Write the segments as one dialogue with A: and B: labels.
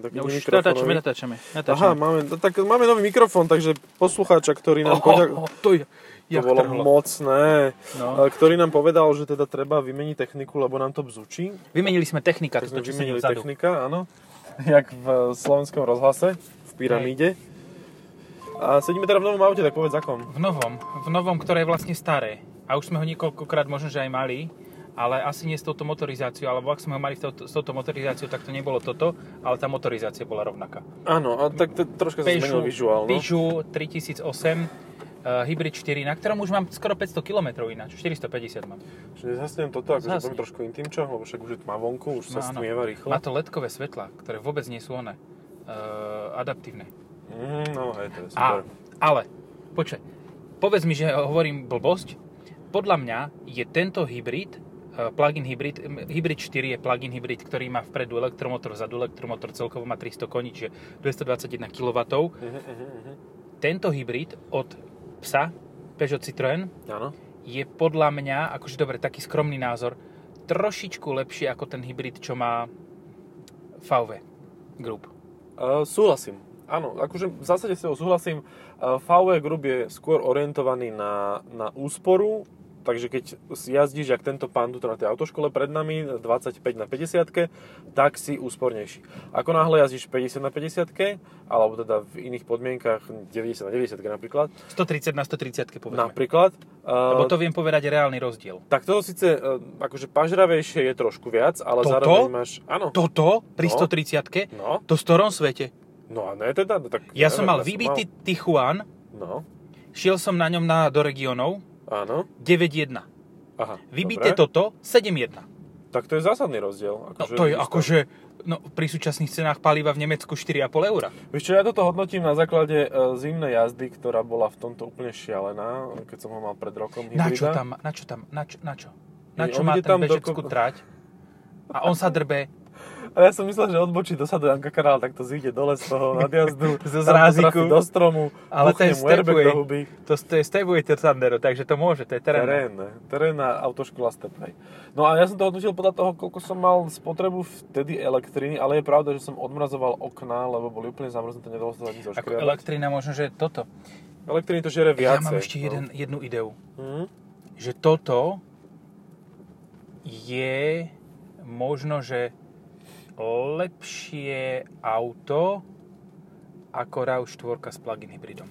A: Takými
B: No už natáčame,
A: mikrofonami.
B: natáčame, natáčame.
A: Aha, máme, no tak máme nový mikrofón, takže poslucháča, ktorý nám poďa-
B: oh, to je,
A: to
B: jak
A: bolo
B: trhlo.
A: mocné,
B: No.
A: no. ktorý nám povedal, že teda treba vymeniť techniku, lebo nám to bzučí.
B: Vymenili sme technika,
A: Tak sme
B: toto, čo sedí
A: vymenili
B: vzadu.
A: technika, áno. Jak v slovenskom rozhlase, v pyramíde. A sedíme teda v novom aute, tak povedz akom.
B: V novom, v novom, ktoré je vlastne staré. A už sme ho niekoľkokrát možno, že aj mali, ale asi nie s touto motorizáciou, alebo ak sme ho mali v touto, s touto motorizáciou, tak to nebolo toto, ale tá motorizácia bola rovnaká.
A: Áno, a tak to, troška sa zmenil vizuál, no.
B: Peugeot 3008, uh, Hybrid 4, na ktorom už mám skoro 500 km ináč, 450 mám.
A: Čiže nezhasnem toto, akože
B: Zhasni.
A: budem trošku intimčo, lebo však už je tma vonku, už sa
B: No, áno.
A: stmieva rýchlo.
B: Má to ledkové svetla, ktoré vôbec nie sú one, uh, adaptívne.
A: Mm, no hej, to je super.
B: A, ale, počkaj, povedz mi, že hovorím blbosť. Podľa mňa je tento hybrid, eh, plug-in hybrid, m, hybrid 4 je plug-in hybrid, ktorý má vpredu elektromotor, vzadu elektromotor, celkovo má 300 koní, čiže 221 kW.
A: Mhm, mhm, mhm.
B: Tento hybrid od psa Peugeot Citroën
A: Áno.
B: je podľa mňa, akože dobre, taký skromný názor, trošičku lepšie ako ten hybrid, čo má VW Group.
A: Uh, súhlasím. Áno, akože v zásade s tebou súhlasím. Uh, VW Group je skôr orientovaný na, na úsporu, takže keď si jazdíš, jak tento pán tu na tej autoškole pred nami, 25 na 50 tak si úspornejší. Ako náhle jazdíš 50 na 50 alebo teda v iných podmienkach 90 na 90 napríklad,
B: 130 na 130 povedzme.
A: napríklad
B: Lebo
A: uh,
B: to viem povedať je reálny rozdiel.
A: tak toto síce uh, akože pažravejšie je trošku viac, ale
B: Toto?
A: zároveň máš... Áno,
B: toto pri
A: No.
B: 130
A: no,
B: to v ktorom svete?
A: no a ne teda, no tak... neviem,
B: Ja som mal vybitý Tichuán,
A: No,
B: šiel som na ňom na, do regionov
A: áno,
B: 9.1.
A: aha.
B: Vybité
A: dobre.
B: toto 7.1.
A: Tak to je zásadný rozdiel.
B: No to je akože no, pri súčasných cenách paliva v Nemecku 4,5 eura.
A: Vieš čo, ja toto hodnotím na základe e, zimnej jazdy, ktorá bola v tomto úplne šialená, keď som ho mal pred rokom hybrida.
B: Na čo tam, na čo tam, na čo, na čo? Na
A: Nie, on
B: čo má
A: ide
B: ten
A: tam doko-
B: bežeckú trať? A on sa drbe.
A: A ja som myslel, že odbočí do sadu Janka Karál, tak to zíde dole z toho nadjazdu. tam
B: Zo zráziku.
A: potrafi do stromu,
B: Ale to je
A: buchne mu airbag
B: stepway.
A: do huby.
B: To, to je Stevuje Sandero, takže to môže, to je terén.
A: Terén, terén na autoškola Stepway. No a ja som to hodnotil podľa toho, koľko som mal spotrebu vtedy elektriny, ale je pravda, že som odmrazoval okná, lebo boli úplne zamrznuté, nedalo sa to ani
B: Ako
A: zoškriadať.
B: elektrina možno, že toto.
A: Elektriny to žere
B: Ja
A: viacej.
B: mám ešte
A: no.
B: jeden, jednu ideu.
A: Mhm.
B: že toto je možno, že lepšie auto ako RAV4 s plug-in hybridom.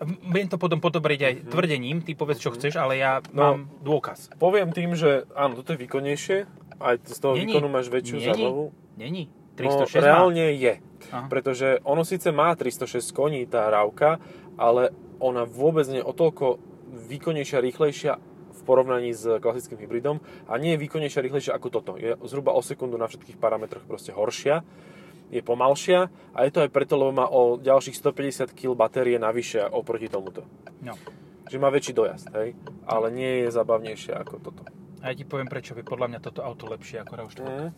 B: M- Viem to potom podobriť aj tvrdením, ty povedz, čo chceš, ale ja
A: Mhm. No.
B: mám dôkaz.
A: Poviem tým, že áno, toto je výkonnejšie, aj z toho
B: Není.
A: výkonu máš väčšiu
B: Není.
A: zábavu.
B: Není?
A: No,
B: 306 má?
A: reálne je,
B: Aha.
A: pretože ono síce má 306 koní, tá rávka, ale ona vôbec nie je o toľko výkonnejšia, rýchlejšia v porovnaní s klasickým hybridom a nie je výkonnejšia, rýchlejšia ako toto. Je zhruba o sekundu na všetkých parametroch proste horšia, je pomalšia a je to aj preto, lebo má o ďalších 150 kg batérie navyše oproti tomuto.
B: No.
A: Že má väčší dojazd, hej? ale nie je zabavnejšia ako toto.
B: A ja ti poviem, prečo je podľa mňa toto auto lepšie ako RAV4.
A: Mm.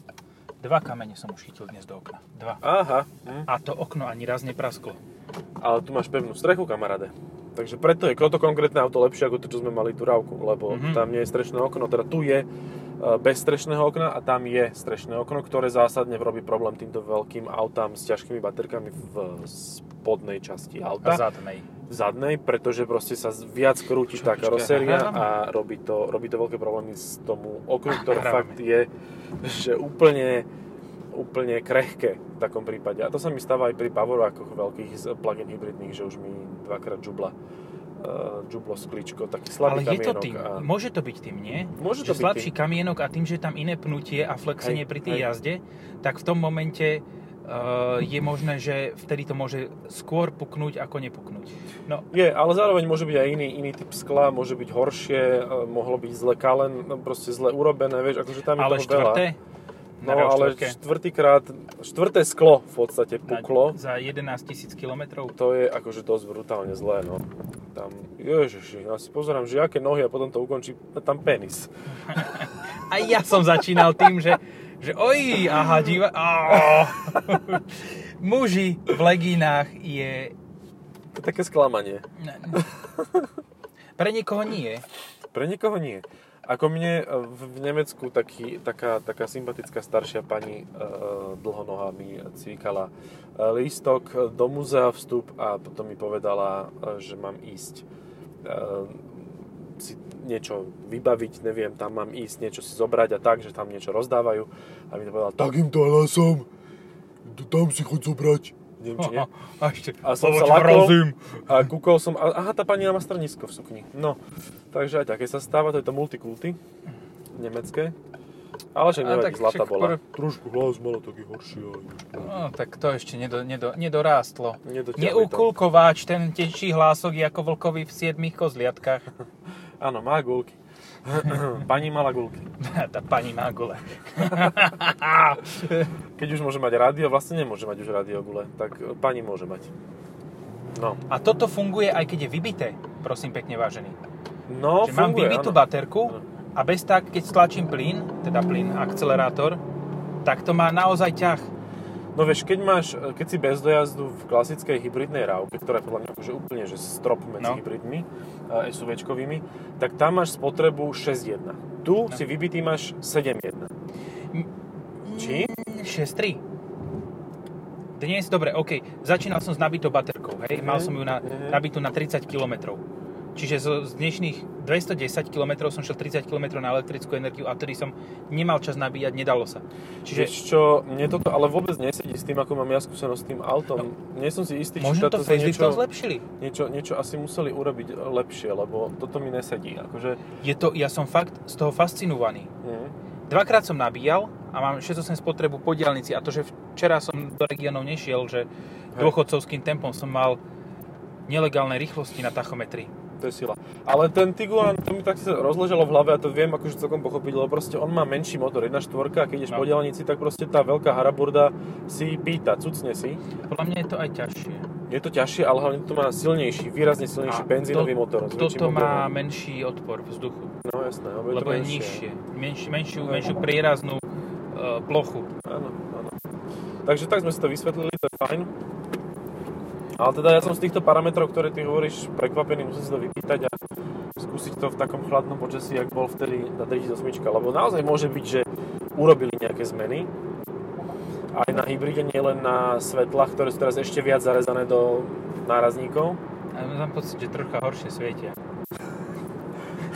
B: Dva kamene som už chytil dnes do okna. Dva.
A: Aha, hm.
B: A to okno ani raz neprasklo.
A: ale tu máš pevnú strechu, kamaráde. Takže preto je toto konkrétne auto lepšie ako to, čo sme mali tú rávku, lebo
B: Mhm.
A: mm-hmm. tam nie je strešné okno, teda tu je e, bez strešného okna a tam je strešné okno, ktoré zásadne robí problém týmto veľkým autám s ťažkými baterkami v spodnej časti
B: A
A: auta,
B: zadnej.
A: v zadnej, pretože proste sa z- viac krúti
B: Čo,
A: tá
B: počkaj,
A: karoséria
B: nahrávame?
A: a robí to, robí to veľké problémy s tomu oknu,
B: Ach,
A: ktoré
B: nahrávame.
A: fakt je že úplne, úplne krehké v takom prípade. A to sa mi stáva aj pri Pavorákoch veľkých z- plug-in hybridných, že už mi dvakrát žubla uh, žublo sklíčko, taký slabý
B: Ale je to
A: kamienok
B: tým.
A: a...
B: Môže to byť tým, nie?
A: Môže to
B: že
A: byť
B: slabší
A: tým.
B: kamienok a tým, že je tam iné pnutie a flexenie
A: Hej,
B: pri tej
A: hej.
B: jazde, tak v tom momente uh, je možné, že vtedy to môže skôr puknúť ako nepuknúť. No,
A: Je, ale zároveň môže byť aj iný, iný typ skla, môže byť horšie, e, mohlo byť zle kalen, no proste zle urobené, vieš, akože tam je
B: ale
A: toho
B: štvrté?
A: veľa.
B: Na
A: No ale
B: RAV4?
A: štvrtýkrát, štvrté sklo v podstate puklo.
B: Na- Za 11 tisíc kilometrov.
A: To je akože dosť brutálne zlé, no. Tam, ježiši, ja si pozerám, že aké nohy a potom to ukončí tam penis.
B: A ja som začínal tým, že, že oj, aha, diva, áó. Muži v legínach je...
A: To je také sklamanie.
B: Pre niekoho nie.
A: Pre nikoho nie. Ako mne eh, v v Nemecku taký, taká, taká sympatická staršia pani e, dlhonohá mi cvíkala e, lístok e, do múzea vstup a potom mi povedala, e, že mám ísť e, si niečo vybaviť, neviem, tam mám ísť, niečo si zobrať a tak, že tam niečo rozdávajú. A mi to povedala, tak im to hlasom, tam si choď zobrať. Neviem, či nie.
B: A ešte,
A: A som
B: lebo
A: sa
B: ťa
A: lakol
B: razím.
A: a kúkol som, a, aha, tá pani má strnisko v sukni. No, takže aj také sa stáva, to je to multikulty nemecké. Ale však
B: A
A: nevadí,
B: tak
A: zlata
B: však
A: bola.
B: skôr-
A: Trošku hlas mala taký horší, ale už to-
B: No, tak to ešte nedo, nedo, nedorástlo.
A: Nedotiahli to.
B: Neukulkováč, ten tenčí hlások je ako vlkovi v siedmých kozliatkách.
A: Áno, má gulky. pani mala gulky.
B: tá pani má gule.
A: Keď už môže mať rádio, vlastne nemôže mať už rádio gule, tak e, pani môže mať. No,
B: A toto funguje, aj keď je vybité, prosím pekne vážený.
A: no funguje,
B: že mám vybitú
A: áno.
B: baterku
A: Áno.
B: a bez tak, keď stlačím plyn, teda plyn, akcelerátor, tak to má naozaj ťah.
A: No vieš, keď máš, e, keď si bez dojazdu v klasickej hybridnej rávke, ktorá je podľa mňa akože úplne že strop medzi no.
B: No.
A: hybridmi, e, SUVčkovými, tak tam máš spotrebu 6.1. Tu no. si vybitý máš 7.1. Či?
B: 6.3. Dnes, dobre, OK, začínal som s nabitou baterkou, hej, mal som ju na,
A: Mhm.
B: nabitú na 30 km. Čiže zo, z dnešných 210 km som šiel 30 km na elektrickú energiu a vtedy som nemal čas nabíjať, nedalo sa.
A: Čiže
B: Čiže
A: čo, mne toto ale vôbec nesedí s tým, ako mám ja skúsenosť s tým autom. No. Nie som si istý, či
B: možno to
A: táto sa niečo,
B: faceliftom zlepšili.
A: niečo, niečo asi museli urobiť lepšie, lebo toto mi nesedí. Akože,
B: Je to, ja som fakt z toho fascinovaný.
A: mm,
B: Dvakrát som nabíjal a mám 6-8 spotrebu po diálnici a to, že včera som do regiónov nešiel, že dôchodcovským tempom som mal nelegálne rýchlosti na tachometri.
A: To je sila. Ale ten Tiguan, to mi tak sa rozležalo v hlave a to viem akože celkom pochopiť, lebo proste on má menší motor, 1.4 a keď ideš
B: No.
A: no. po dielnici, tak proste tá veľká haraburda si pýta, cucne si.
B: Podľa mňa je to aj ťažšie.
A: Je to ťažšie, ale hlavne to má silnejší, výrazne silnejší
B: A
A: benzínový
B: to-
A: motor. s väčším
B: Toto má
A: obehom.
B: menší odpor vzduchu,
A: No jasné, lebo,
B: lebo
A: to
B: je
A: menšie.
B: nižšie. Menši, menšiu,
A: No.
B: menšiu prieraznú e, plochu.
A: Áno, áno. Takže tak sme si to vysvetlili, to je fajn. Ale teda ja som z týchto parametrov, ktoré ty hovoríš, prekvapený, musím si to vypýtať a skúsiť to v takom chladnom počasí, jak bol vtedy na 38, lebo naozaj môže byť, že urobili nejaké zmeny. Aj na hybride, nielen na svetlách, ktoré sú teraz ešte viac zarezané do nárazníkov.
B: A mám pocit, že trocha horšie svietia.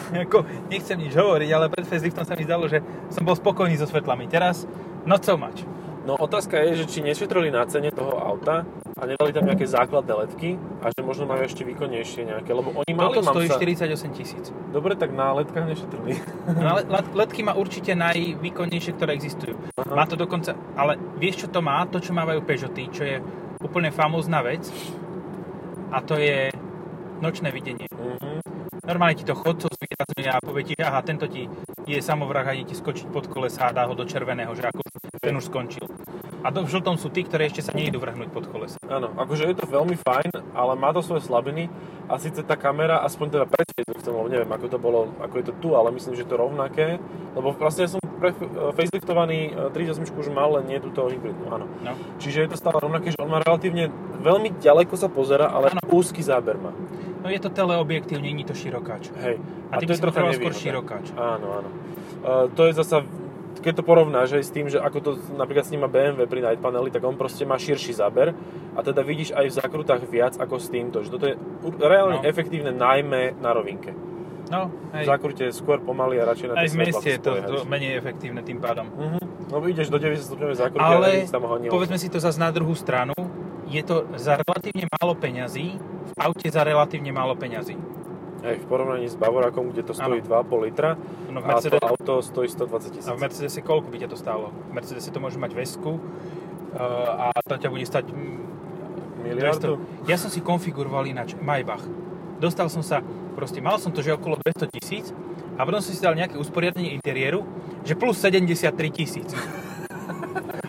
B: Ako, nechcem nič hovoriť, ale pred faceliftom sa mi zdalo, že som bol spokojný so svetlami. Teraz, not so much.
A: No otázka je, že či nešetrili na cene toho auta a nedali tam nejaké základné letky a že možno majú ešte výkonnejšie nejaké, lebo oni mali
B: Toto
A: mám
B: stojí
A: sa...
B: 48 tisíc.
A: Dobre, tak na letkách nešetrili.
B: No ale let- letky má určite najvýkonnejšie, ktoré existujú.
A: Aha.
B: Má to dokonca, ale vieš čo to má? To, čo mávajú Peugeoty, čo je úplne famózna vec a to je nočné videnie.
A: Mhm.
B: Normálne ti to chodcov zvýrazňuje a povie ti, že aha, tento ti je samovrah a ide ti skočiť pod kolesa a dá ho do červeného, že ako ten už skončil. A do, v žltom sú tí, ktorí ešte sa nejdu vrhnúť pod kolesa.
A: Áno, akože je to veľmi fajn, ale má to svoje slabiny a síce tá kamera, aspoň teda pred faceliftom, lebo neviem ako to bolo, ako je to tu, ale myslím, že je to rovnaké, lebo vlastne ja som pre e, faceliftovaný e, 38 už mal, len nie túto hybridnú, áno.
B: No.
A: Čiže je to stále rovnaké, že on má relatívne veľmi ďaleko sa pozera, ale
B: Áno.
A: úzky záber má.
B: no je to teleobjektív, není to širokáč.
A: Hej.
B: A, ty by
A: to je
B: si
A: trocha
B: potreboval skôr
A: nevýhoda.
B: širokáč.
A: Áno, áno. Uh, to je zasa, keď to porovnáš aj s tým, že ako to napríklad s ním má BMW pri night paneli, tak on proste má širší záber a teda vidíš aj v zakrutách viac ako s týmto. Že toto je u- reálne
B: No.
A: efektívne najmä na rovinke.
B: No,
A: V
B: hej.
A: zakrute skôr pomaly a radšej na
B: Aj
A: tie
B: v
A: svetlá
B: meste
A: sa
B: je to, vlastne to
A: spoliehaš.
B: menej efektívne tým pádom.
A: Mhm. No ideš do 90 stupňovej zakrute
B: Ale
A: a nič tam ho
B: Povedzme si to zase na druhú stranu, je to za relatívne málo peňazí, v aute za relatívne málo peňazí.
A: Hej, v porovnaní s Bavorakom, kde to stojí 2,5 litra
B: No v
A: a to
B: Mercedes,
A: auto stojí 120 tisíc.
B: a v Mercedese koľko by ťa to stálo? V Mercedese to môže mať vesku e, a to ťa bude stať mm,
A: Miliardu?
B: 200. Ja som si konfiguroval ináč Maybach. Dostal som sa, proste mal som to, že okolo 200 tisíc a potom som si dal nejaké usporiadanie interiéru, že plus 73 tisíc.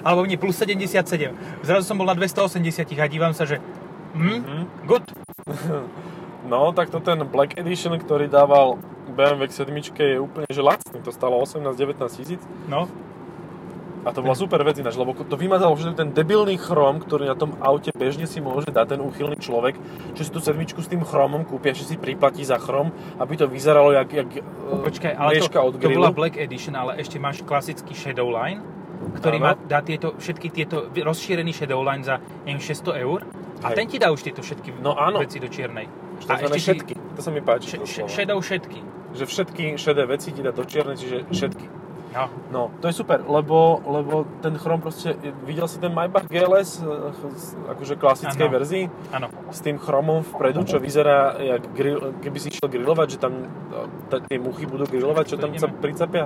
B: Alebo nie, plus 77. Zrazu som bol na 280 a dívam sa, že
A: Mhm.
B: hm, good,
A: No, tak to ten Black Edition, ktorý dával BMW k 7 je úplne že lacný, to stalo 18-19 tisíc
B: no.
A: A to bola super vec ináč, lebo to vymazalo všetko ten debilný chrom, ktorý na tom aute bežne si môže dať ten úchylný človek, čo si tú sedmičku s tým chromom kúpia, že si priplatí za chrom, aby to vyzeralo jak, jak e,
B: Počkaj, ale to,
A: mriežka od
B: to
A: grillu.
B: bola Black Edition, ale ešte máš klasický Shadow Line, ktorý má,
A: Áno.
B: dá tieto, všetky tieto, vy- rozšírený Shadow Line za, neviem, 600 eur.
A: Hej.
B: A ten ti dá už tieto všetky
A: No áno.
B: veci do čiernej.
A: Čo to znamená všetky. To sa mi páči.
B: Š-
A: to
B: š-
A: slovo.
B: shadow všetky.
A: že všetky šedé veci ti dá do čiernej, čiže všetky.
B: No,
A: No, to je super, lebo, lebo ten chrom proste, videl si ten Maybach GLS, e, ch- z- akože klasickej
B: Áno.
A: verzii,
B: áno.
A: s tým chromom vpredu, čo vyzerá, jak grill, keby si išiel grillovať, že tam e, t- tie muchy budú grillovať, čo
B: To
A: tam
B: ideme.
A: sa pricapia.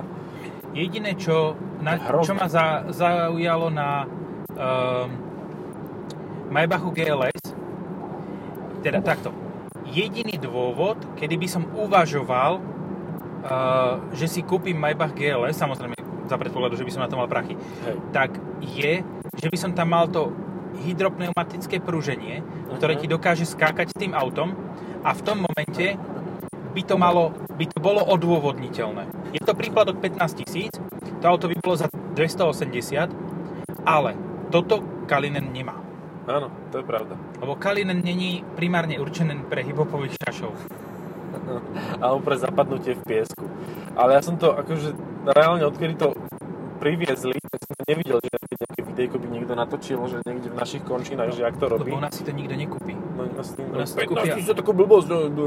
B: Jediné, čo,
A: To
B: na,
A: je hrozné.
B: čo ma za, zaujalo na um, Maybachu GLS, teda takto, jediný dôvod, kedy by som uvažoval, uh, že si kúpim Maybach GLS, samozrejme za predpokladu, že by som na to mal prachy,
A: Hej.
B: tak je, že by som tam mal to hydropneumatické prúženie, ktoré
A: Mhm.
B: ti dokáže skákať s tým autom a v tom momente by to, malo, by to bolo odôvodniteľné. Je to prípladok 15 tisíc, to auto by bolo za 280, ale toto Kalinen nemá.
A: Áno, to je pravda.
B: Lebo Kalinen není primárne určený pre hiphopových šašov.
A: alebo pre zapadnutie v piesku. Ale ja som to akože reálne odkedy to priviezli, tak som nevidel, že nejaké, nejaké videjko by niekto natočil, že niekde v našich končinách, že ak to robí.
B: Lebo u nás si to nikto nekúpi.
A: No, no, s tým, no,
B: u nás to
A: 15
B: kúpia-
A: tisíc, to je takú blbosť, no, no,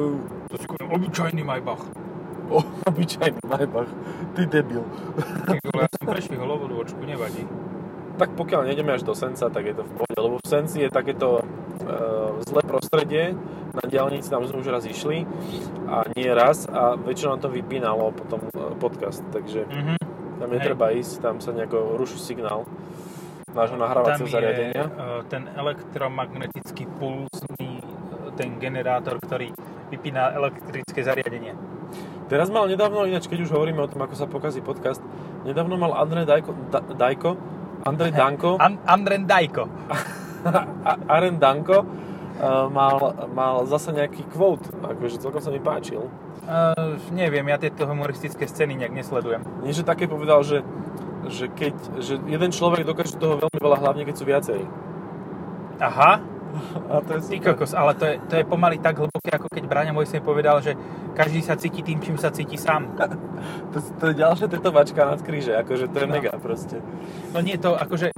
B: To si kúpim obyčajný Maybach.
A: o, obyčajný Maybach, ty debil.
B: Ty vole, Ja som prešvihol obodôčku, nevadí.
A: Tak pokiaľ nejdeme až do Senca, tak je to v pohode, lebo v Senci je takéto e, zlé prostredie, na diálnici tam sme už raz išli a nie raz a väčšinou nám to vypínalo potom e, podcast, takže
B: Mhm.
A: Tam
B: Hej.
A: netreba ísť, tam sa nejako ruší signál nášho nahrávacieho
B: Tam je,
A: zariadenia.
B: eh, ten elektromagnetický pulsný eh, ten generátor, ktorý vypína elektrické zariadenie.
A: Teraz mal nedávno, ináč keď už hovoríme o tom, ako sa pokazí podcast, nedávno mal Andrej Dajko, da, Dajko Andrej Danko,
B: An- Andren Dajko.
A: A- Aren Danko, eh, mal, mal zase nejaký quote, akože celkom sa mi páčil.
B: Uh, neviem, ja tieto humoristické scény nejak nesledujem.
A: Niečo také povedal, že, že, keď, že jeden človek dokáže toho veľmi veľa, hlavne keď sú viacerí.
B: Aha,
A: A to je
B: ty
A: super.
B: kokos, ale to je, to je pomaly tak hlboké, ako keď Braňa Mojsej povedal, že každý sa cíti tým, čím sa cíti sám.
A: To, to je ďalšia tetovačka nad kríže, akože to je
B: No.
A: mega proste.
B: No nie to, akože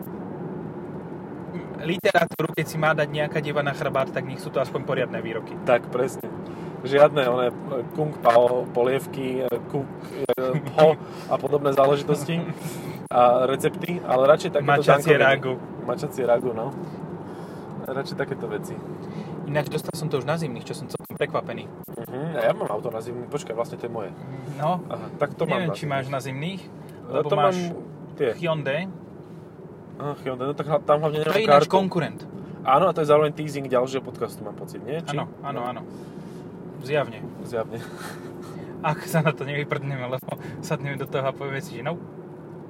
B: literatúru, keď si má dať nejaká dieva na chrbát, tak nech sú to aspoň poriadne výroky.
A: Tak, presne. Žiadne oné kung pao, polievky, e, kuk, e, po a podobné záležitosti a recepty, ale radšej takéto
B: Mačacie
A: dankoviny.
B: ragu.
A: Mačacie ragu, no. Radšej takéto veci.
B: Ináč dostal som to už na zimných, čo som celkom prekvapený.
A: Mhm, a ja mám auto na zimu, počkaj, vlastne to je moje.
B: No,
A: Aha, tak to mám.
B: neviem,
A: na
B: či
A: zimu.
B: máš na zimných,
A: No,
B: lebo
A: to
B: máš
A: mám tie.
B: Hyundai.
A: Ach, jo, no tak hla- tam hlavne
B: To
A: nemám
B: je ináč
A: kartu.
B: konkurent.
A: Áno, a to je zároveň teasing ďalšieho podcastu, mám pocit, nie? Či? No.
B: Áno, áno, áno. Zjavne.
A: Zjavne.
B: Ak sa na to nevyprdneme, lebo sadneme do toho a povieme si, že no.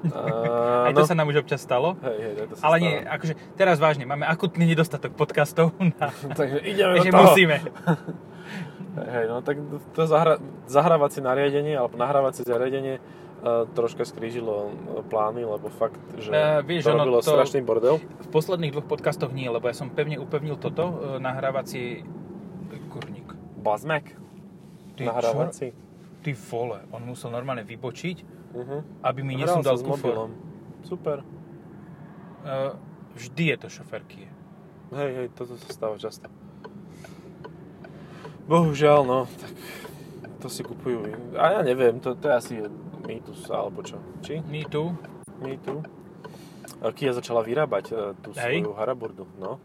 A: Áno.
B: Aj to sa nám už občas stalo.
A: Hej, hej, to sa
B: Ale nie,
A: stáva.
B: akože teraz vážne, máme akutný nedostatok podcastov. Na...
A: Takže ideme do
B: Takže
A: toho.
B: musíme.
A: Hej, no tak to zahra- zahrávacie nariadenie, alebo nahrávacie zariadenie uh, troška skrížilo uh, plány, lebo fakt, že
B: Eh, vieš,
A: to
B: ono
A: robilo
B: to-
A: strašný bordel.
B: V posledných dvoch podcastoch nie, lebo ja som pevne upevnil toto, e, nahrávací kurník.
A: Bazmek.
B: Ty čo?
A: Nahrávací.
B: Ty vole, on musel normálne vybočiť,
A: Uh-huh.
B: aby mi
A: Hral
B: nesundal
A: sa s
B: kufor.
A: mobilom. Super.
B: Eh, vždy je to šofer Kia.
A: Hej, hej, toto sa stáva často. Bohužiaľ, no, tak to si kupujú. in- A ja neviem, to, to je asi mýtus, alebo čo. Či?
B: My tu,
A: Mýtu. Kia začala vyrábať eh, tú
B: Hej.
A: svoju haraburdu, no.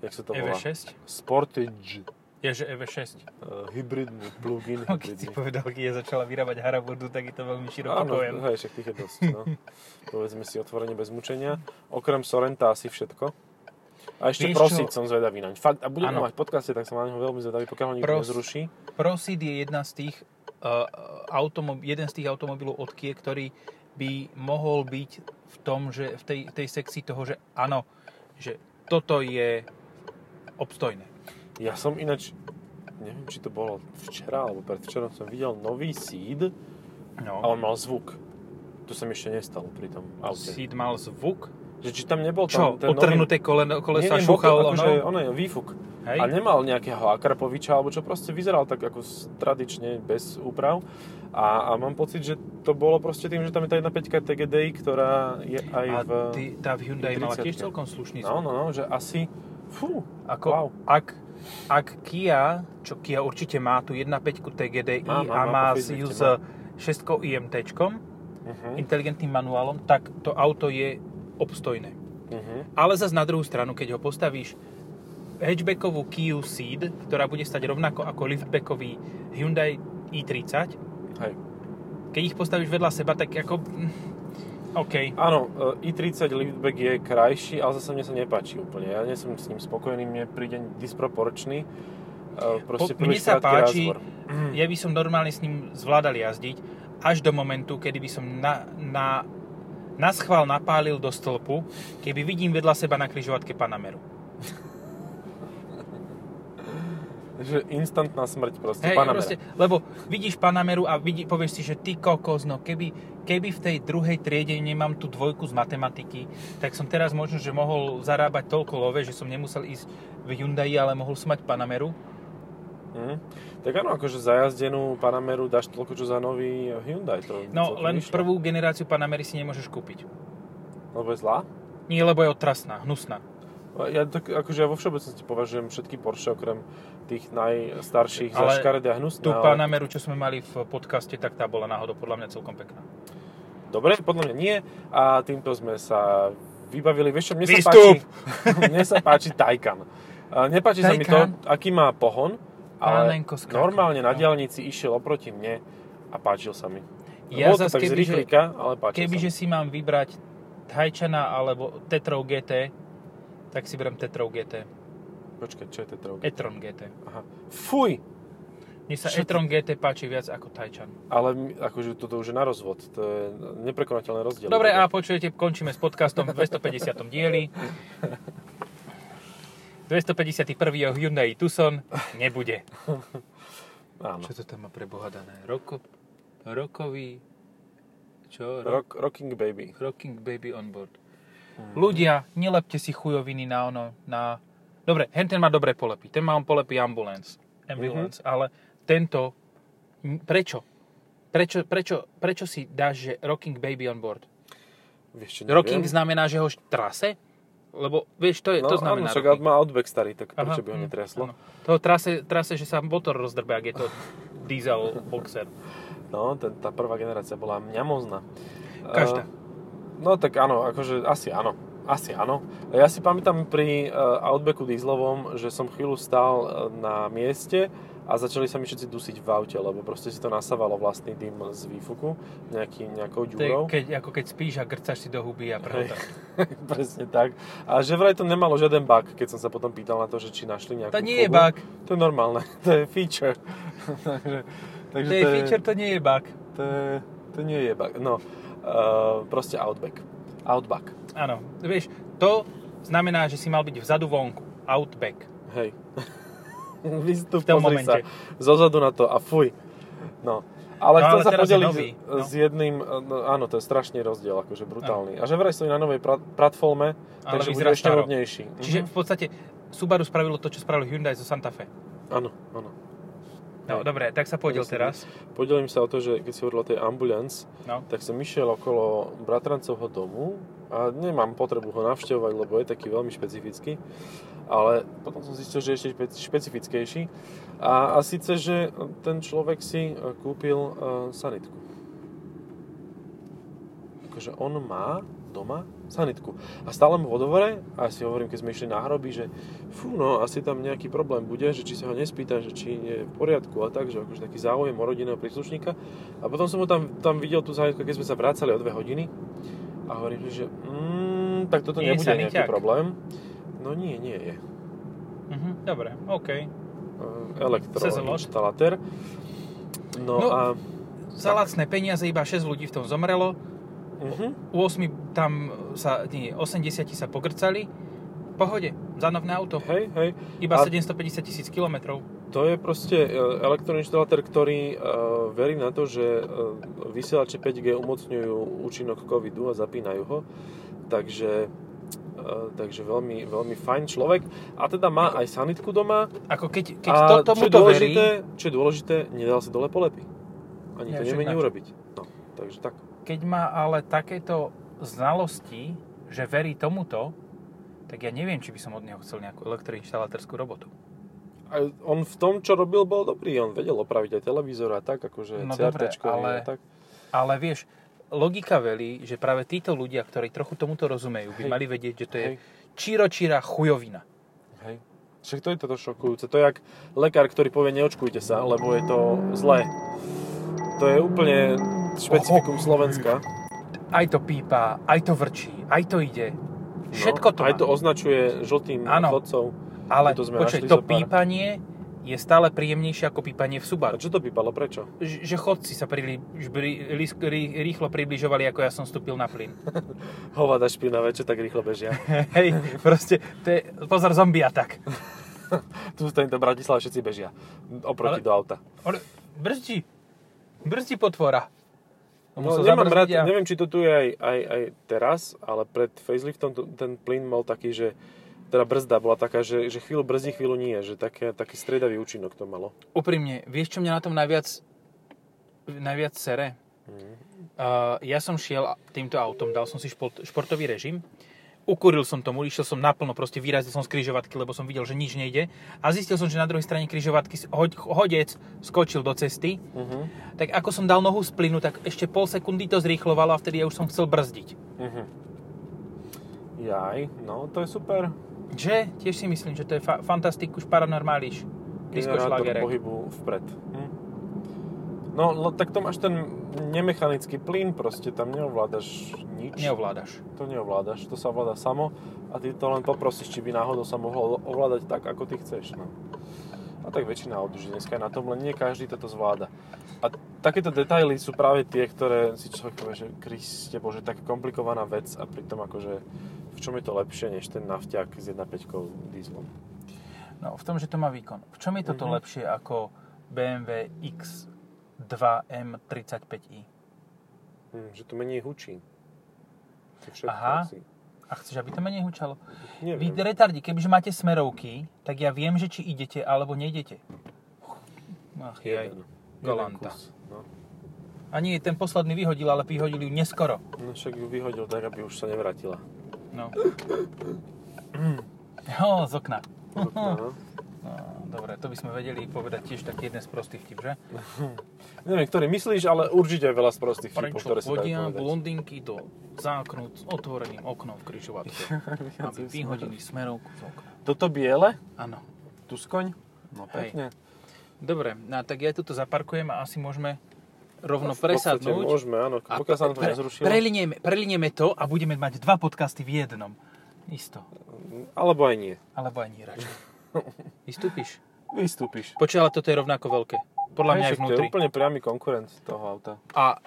A: Jak sa to volá?
B: EV6.
A: Sportage.
B: E Je, že E EV6.
A: Uh, hybridný, plug-in
B: Keď si
A: hybridný.
B: povedal, keď začala vyrábať Haraburdu, tak je to veľmi široký
A: Áno,
B: pojem.
A: hej, však tých je dosť, no. Povedzme si otvorene bez mučenia. Okrem Sorenta asi všetko. A ešte
B: Vieš
A: prosiť som
B: čo?
A: zvedavý naň. Fakt, a budeme
B: Áno.
A: mať podcaste, tak som na neho veľmi zvedavý, pokiaľ ho nikto
B: Pros-
A: nezruší.
B: Prosid je jedna z tých, uh, automob- jeden z tých automobilov od Kia, ktorý by mohol byť v tom, že v tej, tej sekcii toho, že áno, že toto je obstojné.
A: Ja som ináč, neviem, či to bolo včera alebo predvčerom, som videl nový Seed
B: No.
A: a on mal zvuk. To to sa mi ešte nestalo pri tom aute. Si...
B: Seed mal zvuk.
A: Že či tam nebol tam
B: Čo?
A: ten nový...
B: Otrhnuté koleno, kolesa
A: nie,
B: šúchalo.
A: akože,
B: no?
A: ono je výfuk.
B: Hej.
A: A nemal nejakého Akrapoviča, alebo čo proste vyzeral tak ako s- tradične, bez úprav. A, a mám pocit, že to bolo proste tým, že tam je tá jedna 5 TGDI, ktorá je aj
B: A
A: v...
B: ty, tá v Hyundai mala tiež
A: 30-ke.
B: celkom slušný
A: No,
B: zvuk.
A: no, no, že asi... Fú,
B: Ako,
A: wow.
B: ak, ak Kia, čo Kia určite má tú 1.5 TGDI
A: Má, má,
B: a
A: má
B: má
A: po
B: si ju s
A: Fitbite,
B: 6 IMT,
A: Uh-huh,
B: inteligentným manuálom, tak to auto je obstojné.
A: uh-huh.
B: Ale zase na druhú stranu, keď ho postavíš hatchbackovú Kia Ceed, ktorá bude stať rovnako ako liftbackový Hyundai i30,
A: Hej.
B: keď ich postavíš vedľa seba, tak ako... mm, OK.
A: Áno, e, i30 Liftback je krajší, ale zase mne sa nepáči úplne. Ja nie som s ním spokojný, mne príde disproporčný. E, Proste
B: Po-
A: príliš
B: mne sa
A: krátky
B: páči- mm,
A: Razvor.
B: Ja by som normálne s ním zvládal jazdiť až do momentu, kedy by som na, na, na schvál napálil do stĺpu, keby vidím vedľa seba na kryžovatke Panameru.
A: Že instantná smrť proste.
B: Hej,
A: Panamera.
B: proste, lebo vidíš Panameru a vidí, povieš si, že ty kokos, no keby, keby v tej druhej triede nemám tú dvojku z matematiky, tak som teraz možno, že mohol zarábať toľko love, že som nemusel ísť v Hyundai, ale mohol som mať Panameru.
A: Mhm. Tak áno, akože za jazdenú Panameru dáš toľko, čo za nový Hyundai. To
B: No
A: celkom
B: len
A: vyšlo.
B: prvú generáciu Panamery si nemôžeš kúpiť.
A: Lebo je zlá?
B: Nie, lebo je otrasná, hnusná.
A: Ja, tak, akože ja vo všeobecnosti považujem všetky Porsche, okrem tých najstarších, za
B: Ale
A: škaredé a hnusné.
B: Tú
A: ale-
B: Panameru, čo sme mali v podcaste, tak tá bola náhodou podľa mňa celkom pekná.
A: Dobre, podľa mňa nie. A týmto sme sa vybavili. Vieš čo, mne sa
B: Výstup!
A: páči, mne sa páči Taycan. A Nepáči sa mi to,
B: Taycan?
A: aký má pohon, ale
B: Pánenko skáka.
A: normálne na
B: No.
A: diaľnici išiel oproti mne a páčil sa mi.
B: Ja
A: Bolo to
B: zas
A: tak z
B: kebyže-
A: rýchlika, ale páčil sa
B: Kebyže No. si mám vybrať Hajčana alebo Tetrov GT, tak si berem Tetrov GT.
A: mi. Počkaj, čo je to droga?
B: Etron GT.
A: Aha. Fuj!
B: Mne sa
A: Čo ty-
B: Etron GT páči viac ako Tajčan.
A: Ale mi- akože toto už je na rozvod. To je neprekonateľný rozdiel.
B: Dobre, a počujete, končíme s podcastom v 250. dieli. 251. o Hyundai Tucson nebude.
A: Áno.
B: Čo to tam má prebohadané? Roko, rokový... Čo? Ro-
A: Rock, rocking Baby.
B: Rocking Baby on board.
A: Mhm.
B: Ľudia, nelepte si chujoviny na ono, na... Dobre, hen ten má dobré polepy. Ten má on polepy ambulance.
A: Mhm.
B: Ambulance, ale tento... m, Prečo? Prečo, prečo, prečo si dáš, že Rocking Baby on board?
A: Vieš čo, neviem.
B: Rocking znamená, že ho št- trase? Lebo, vieš, to, je, to znamená
A: No, áno, však
B: rocking.
A: má Outback starý, tak
B: Aha,
A: prečo by ho
B: mm,
A: netriaslo?
B: áno. Toho trase, trase, že sa motor rozdrbe, ak je to diesel boxer.
A: No, ten, tá prvá generácia bola mňamozná.
B: Každá.
A: Eh, no tak áno, akože asi áno. Asi áno. Ja si pamätám pri eh, Outbacku dieselovom, že som chvíľu stál eh, na mieste a začali sa mi všetci dusiť v aute, lebo proste si to nasávalo vlastný dym z výfuku nejaký, nejakou
B: To je,
A: ďurou.
B: keď, ako keď spíš a grcaš si do huby a prhotáš.
A: Presne tak. A že vraj to nemalo žiaden bug, keď som sa potom pýtal na to, že či našli nejakú
B: To nie je
A: fugu.
B: bug.
A: To je normálne, to je feature. takže, takže
B: To je feature, to nie je bug.
A: To, je, to nie je bug. No, uh, proste Outback. Outback.
B: Áno, vieš, to znamená, že si mal byť vzadu vonku, outback.
A: Hej. Vystup,
B: V tom
A: pozri
B: momente.
A: sa. Zozadu na to a fuj. No. Ale
B: No,
A: chcem
B: ale
A: sa
B: teraz je
A: podeliť
B: nový,
A: s-
B: no.
A: s jedným, no, áno, to je strašný rozdiel, akože brutálny. A že vraj sú na novej pra- platforme,
B: Ale
A: takže bude
B: vyzerá
A: ešte
B: staro.
A: hodnejší.
B: Čiže v podstate Subaru spravilo to, čo spravil Hyundai zo Santa Fe.
A: Mhm. Áno, áno. Hej.
B: No, dobre, tak sa podiel
A: Myslím,
B: teraz.
A: Podelím sa o to, že keď si hovoril o tej ambulance,
B: No.
A: tak som išiel okolo bratrancovho domu a nemám potrebu ho navštevovať, lebo je taký veľmi špecifický. Ale potom som zistil, že je ešte špec- špecifickejší. A, a síce, že ten človek si eh, kúpil uh, sanitku. Akože on má doma sanitku. A stále mu vo dvore, a ja si hovorím, keď sme išli na hroby, že fú, no, asi tam nejaký problém bude, že či sa ho nespýta, že či je v poriadku a tak, že akože taký záujem o rodinného príslušníka. A potom som ho tam, tam videl tú sanitku, keď sme sa vracali o dve hodiny a hovorím, si, že mm, tak toto
B: Nie je
A: nebude nejaký
B: saniťák.
A: problém. No nie, nie je.
B: Mhm, dobre, OK.
A: Elektroinštalatér. No,
B: No.
A: no a...
B: Za lacné peniaze iba 6 ľudí v tom zomrelo,
A: Mhm.
B: u 8 tam sa, nie, 80 sa pogrcali. V Pohode, za novné auto.
A: Hej, hej.
B: Iba
A: A-
B: 750 tisíc kilometrov.
A: To je proste e, elektroinštalatér, ktorý e, verí na to, že e, vysielače 5G umocňujú účinok covidu a zapínajú ho. Takže, e, takže veľmi, veľmi fajn človek. A teda má aj sanitku doma.
B: Ako keď, keď
A: a čo,
B: to,
A: je
B: tomuto verí,
A: dôležité, čo je dôležité, nedal si dole polepy. Ani to
B: Ja, však
A: nemení
B: na čo?
A: urobiť. No, takže tak.
B: keď má ale takéto znalosti, že verí tomuto, tak ja neviem, či by som od neho chcel nejakú elektroinštalatérskú robotu.
A: A on v tom, čo robil, bol dobrý. On vedel opraviť aj televízor a tak, akože
B: No dobre,
A: CRTčko
B: ale-
A: a tak.
B: Ale vieš, logika velí, že práve títo ľudia, ktorí trochu tomuto rozumejú, by
A: Hej.
B: mali vedieť, že to je
A: Hej.
B: číročíra chujovina.
A: Hej. Však to je toto šokujúce. To je jak lekár, ktorý povie neočkujte sa, lebo je to zlé. To je úplne špecifikum Slovenska.
B: Aj to pípa, aj to vrčí, aj to ide. Všetko to
A: No, Aj
B: má.
A: to označuje žltým
B: Áno.
A: chodcov.
B: Ale
A: to
B: to
A: sme
B: počkaj,
A: našli
B: to
A: za pár.
B: pípanie je stále príjemnejšie ako pípanie v
A: A
B: Subaru.
A: čo to pípalo? Prečo?
B: Ž- že chodci sa príli, žbri, lis- rí- rýchlo približovali, ako ja som vstúpil na plyn.
A: Hovada špinavé, čo tak rýchlo bežia.
B: Hej, proste, to je, pozor, zombie atak.
A: tu v tejto Bratislave všetci bežia. Oproti
B: Ale-
A: do auta.
B: On brzdí, brzdí potvora. On
A: No,
B: musel
A: nemám
B: zabrzdiť
A: rád,
B: a-
A: neviem, či to tu je aj, aj, aj teraz, ale pred faceliftom to, ten plyn mal taký, že teda brzda bola taká, že, že chvíľu brzdí, chvíľu nie, že také, taký stredavý účinok to malo.
B: Úprimne, vieš, čo mňa na tom najviac, najviac sere?
A: Mm.
B: Uh, ja som šiel týmto autom, dal som si šport, športový režim, ukuril som tomu, išiel som naplno, proste vyrazil som z križovatky, lebo som videl, že nič nejde a zistil som, že na druhej strane križovatky s- hod, hodec skočil do cesty,
A: Uh-huh.
B: tak ako som dal nohu z plynu, tak ešte pol sekundy to zrýchlovalo a vtedy ja už som chcel brzdiť.
A: Mhm. Jaj, no to je super.
B: Že? Tiež si myslím, že to je fa- fantastikus paranormáliš.
A: Generátor
B: Diskošlagerek.
A: pohybu vpred. Hm. No, no, tak to máš ten nemechanický plyn, proste tam neovládaš nič.
B: Neovládaš.
A: To neovládaš, to sa ovláda samo a ty to len poprosíš, či by náhodou sa mohlo ovládať tak, ako ty chceš. No. A tak väčšina aut už dneska je na tom, len nie každý toto zvláda. A takéto detaily sú práve tie, ktoré si človek povie, že Kriste Bože, tak komplikovaná vec a pritom akože v čom je to lepšie, než ten nafťák s 1.5 dieslom.
B: No, v tom, že to má výkon. V čom je toto
A: Mhm.
B: lepšie ako BMW X2 M35i?
A: Hm, že to menej hučí. To všetko
B: Aha.
A: asi.
B: A chceš, aby to menej hučalo? Vy
A: Neviem.
B: retardi, kebyže máte smerovky, tak ja viem, že či idete alebo nejdete. Ach, jaj.
A: Jeden. Jeden
B: Galanta.
A: kus, No.
B: A nie, ten posledný vyhodil, ale vyhodili ju neskoro.
A: no však ju vyhodil tak, aby už sa nevratila.
B: No. Jo, z okna.
A: Z okna, No.
B: No, dobre, to by sme vedeli povedať tiež taký jeden z prostých vtip, že?
A: Neviem, ktorý myslíš, ale určite je veľa z prostých vtipov, ktoré sa dajú
B: vodia
A: povedať.
B: blondinky do záknut s otvoreným oknom v kryžovatke, aby vyhodili smerovku z okna.
A: Toto biele,
B: Áno.
A: tu skoň. No
B: Hej.
A: pekne.
B: Dobre, no, tak ja tuto zaparkujem a asi môžeme rovno
A: V podstate
B: presadnúť.
A: Môžeme, áno,
B: A
A: pokiaľ sa nám to
B: pre-
A: nezrušilo.
B: prelinieme, prelinieme to a budeme mať dva podcasty v jednom. Isto.
A: Alebo aj nie.
B: Alebo aj nie radšej. Vystúpiš?
A: Vystúpiš.
B: Počkaj, ale toto je rovnako veľké. Podľa mňa
A: Hej,
B: aj
A: však To
B: vnútri.
A: je úplne priamy konkurent toho auta.
B: A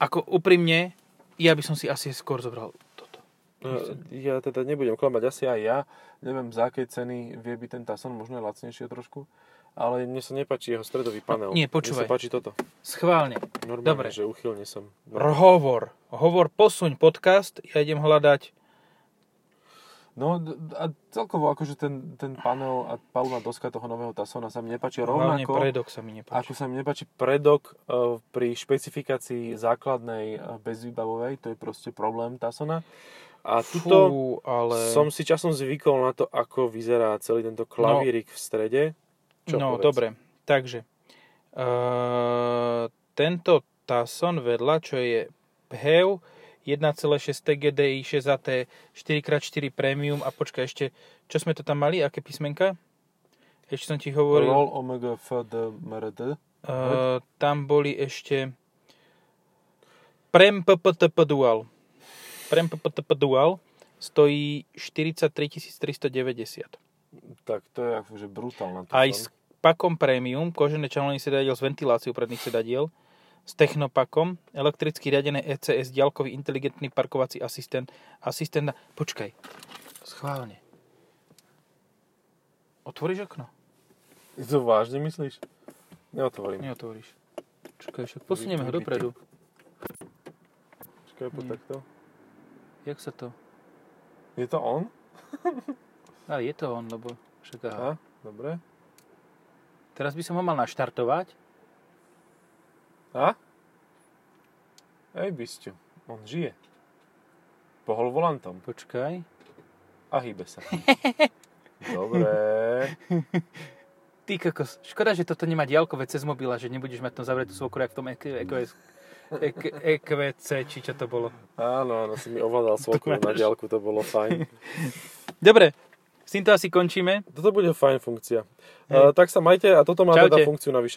B: ako úprimne, ja by som si asi skôr zobral toto.
A: E, Ja teda nebudem klamať, asi aj ja. Neviem, za aké ceny vie byť ten Tason, možno je lacnejšie trošku. No, Ale mne sa nepáči jeho stredový panel.
B: nie,
A: Mne sa
B: počúvaj.
A: páči toto.
B: Schválne.
A: Normálne,
B: Dobre.
A: že uchylne som.
B: Hovor. Hovor, posuň podcast, ja idem hľadať.
A: No d- d- a celkovo akože ten, ten panel a palubná doska toho nového Tasona sa mi nepáči
B: Hlavne
A: rovnako.
B: predok sa mi nepáči.
A: Ako sa mi nepáči predok e, pri špecifikácii základnej e, bezvýbavovej, to je proste problém Tasona. A tuto
B: Fú, ale...
A: som si časom zvykol na to, ako vyzerá celý tento klavírik v strede. Čo
B: no,
A: povedz?
B: dobre. Takže, eh, tento Tason vedľa, čo je E PHEV, 1,6 TGDI, 6AT, 4x4 Premium a počkaj ešte, čo sme to tam mali, aké písmenka? Ešte som ti hovoril.
A: Roll Omega FDMRD.
B: Eh, tam boli ešte Prem PPTP Dual. Prem PPTP Dual stojí 43 390.
A: Tak to je akože brutálna Tason.
B: Aj s pakom Premium, kožené čalenie sedadiel s ventiláciou predných sedadiel, s technopakom, elektricky riadené E ECS, ďalkový inteligentný parkovací asistent, asistent... na- Počkaj, schválne. Otvoríš okno?
A: Ty to vážne myslíš? Neotvorím.
B: Neotvoríš. Čakaj, však posunieme ho
A: Vybitý.
B: dopredu.
A: Čakaj, po
B: Nie.
A: takto.
B: Jak sa to...
A: Je to on?
B: Ale je to on, lebo... Však aha.
A: Aha, dobre.
B: Teraz by som ho mal naštartovať.
A: A? Ej, bysťu. On žije. Pohol volantom
B: Počkaj.
A: a hýbe sa. Dobre.
B: Ty kokos, škoda, že toto nemá diálkové cez mobila, že nebudeš mať tam zavretú svokru, jak v tom E EQ- EQS EQ- EQC, či čo to bolo.
A: Áno, áno, si mi ovládal svokru na
B: máš.
A: diálku, to bolo fajn.
B: Dobre, s týmto asi končíme.
A: Toto bude fajn funkcia.
B: Hej.
A: E, tak sa majte a toto má
B: Čaute.
A: teda funkciu navyše.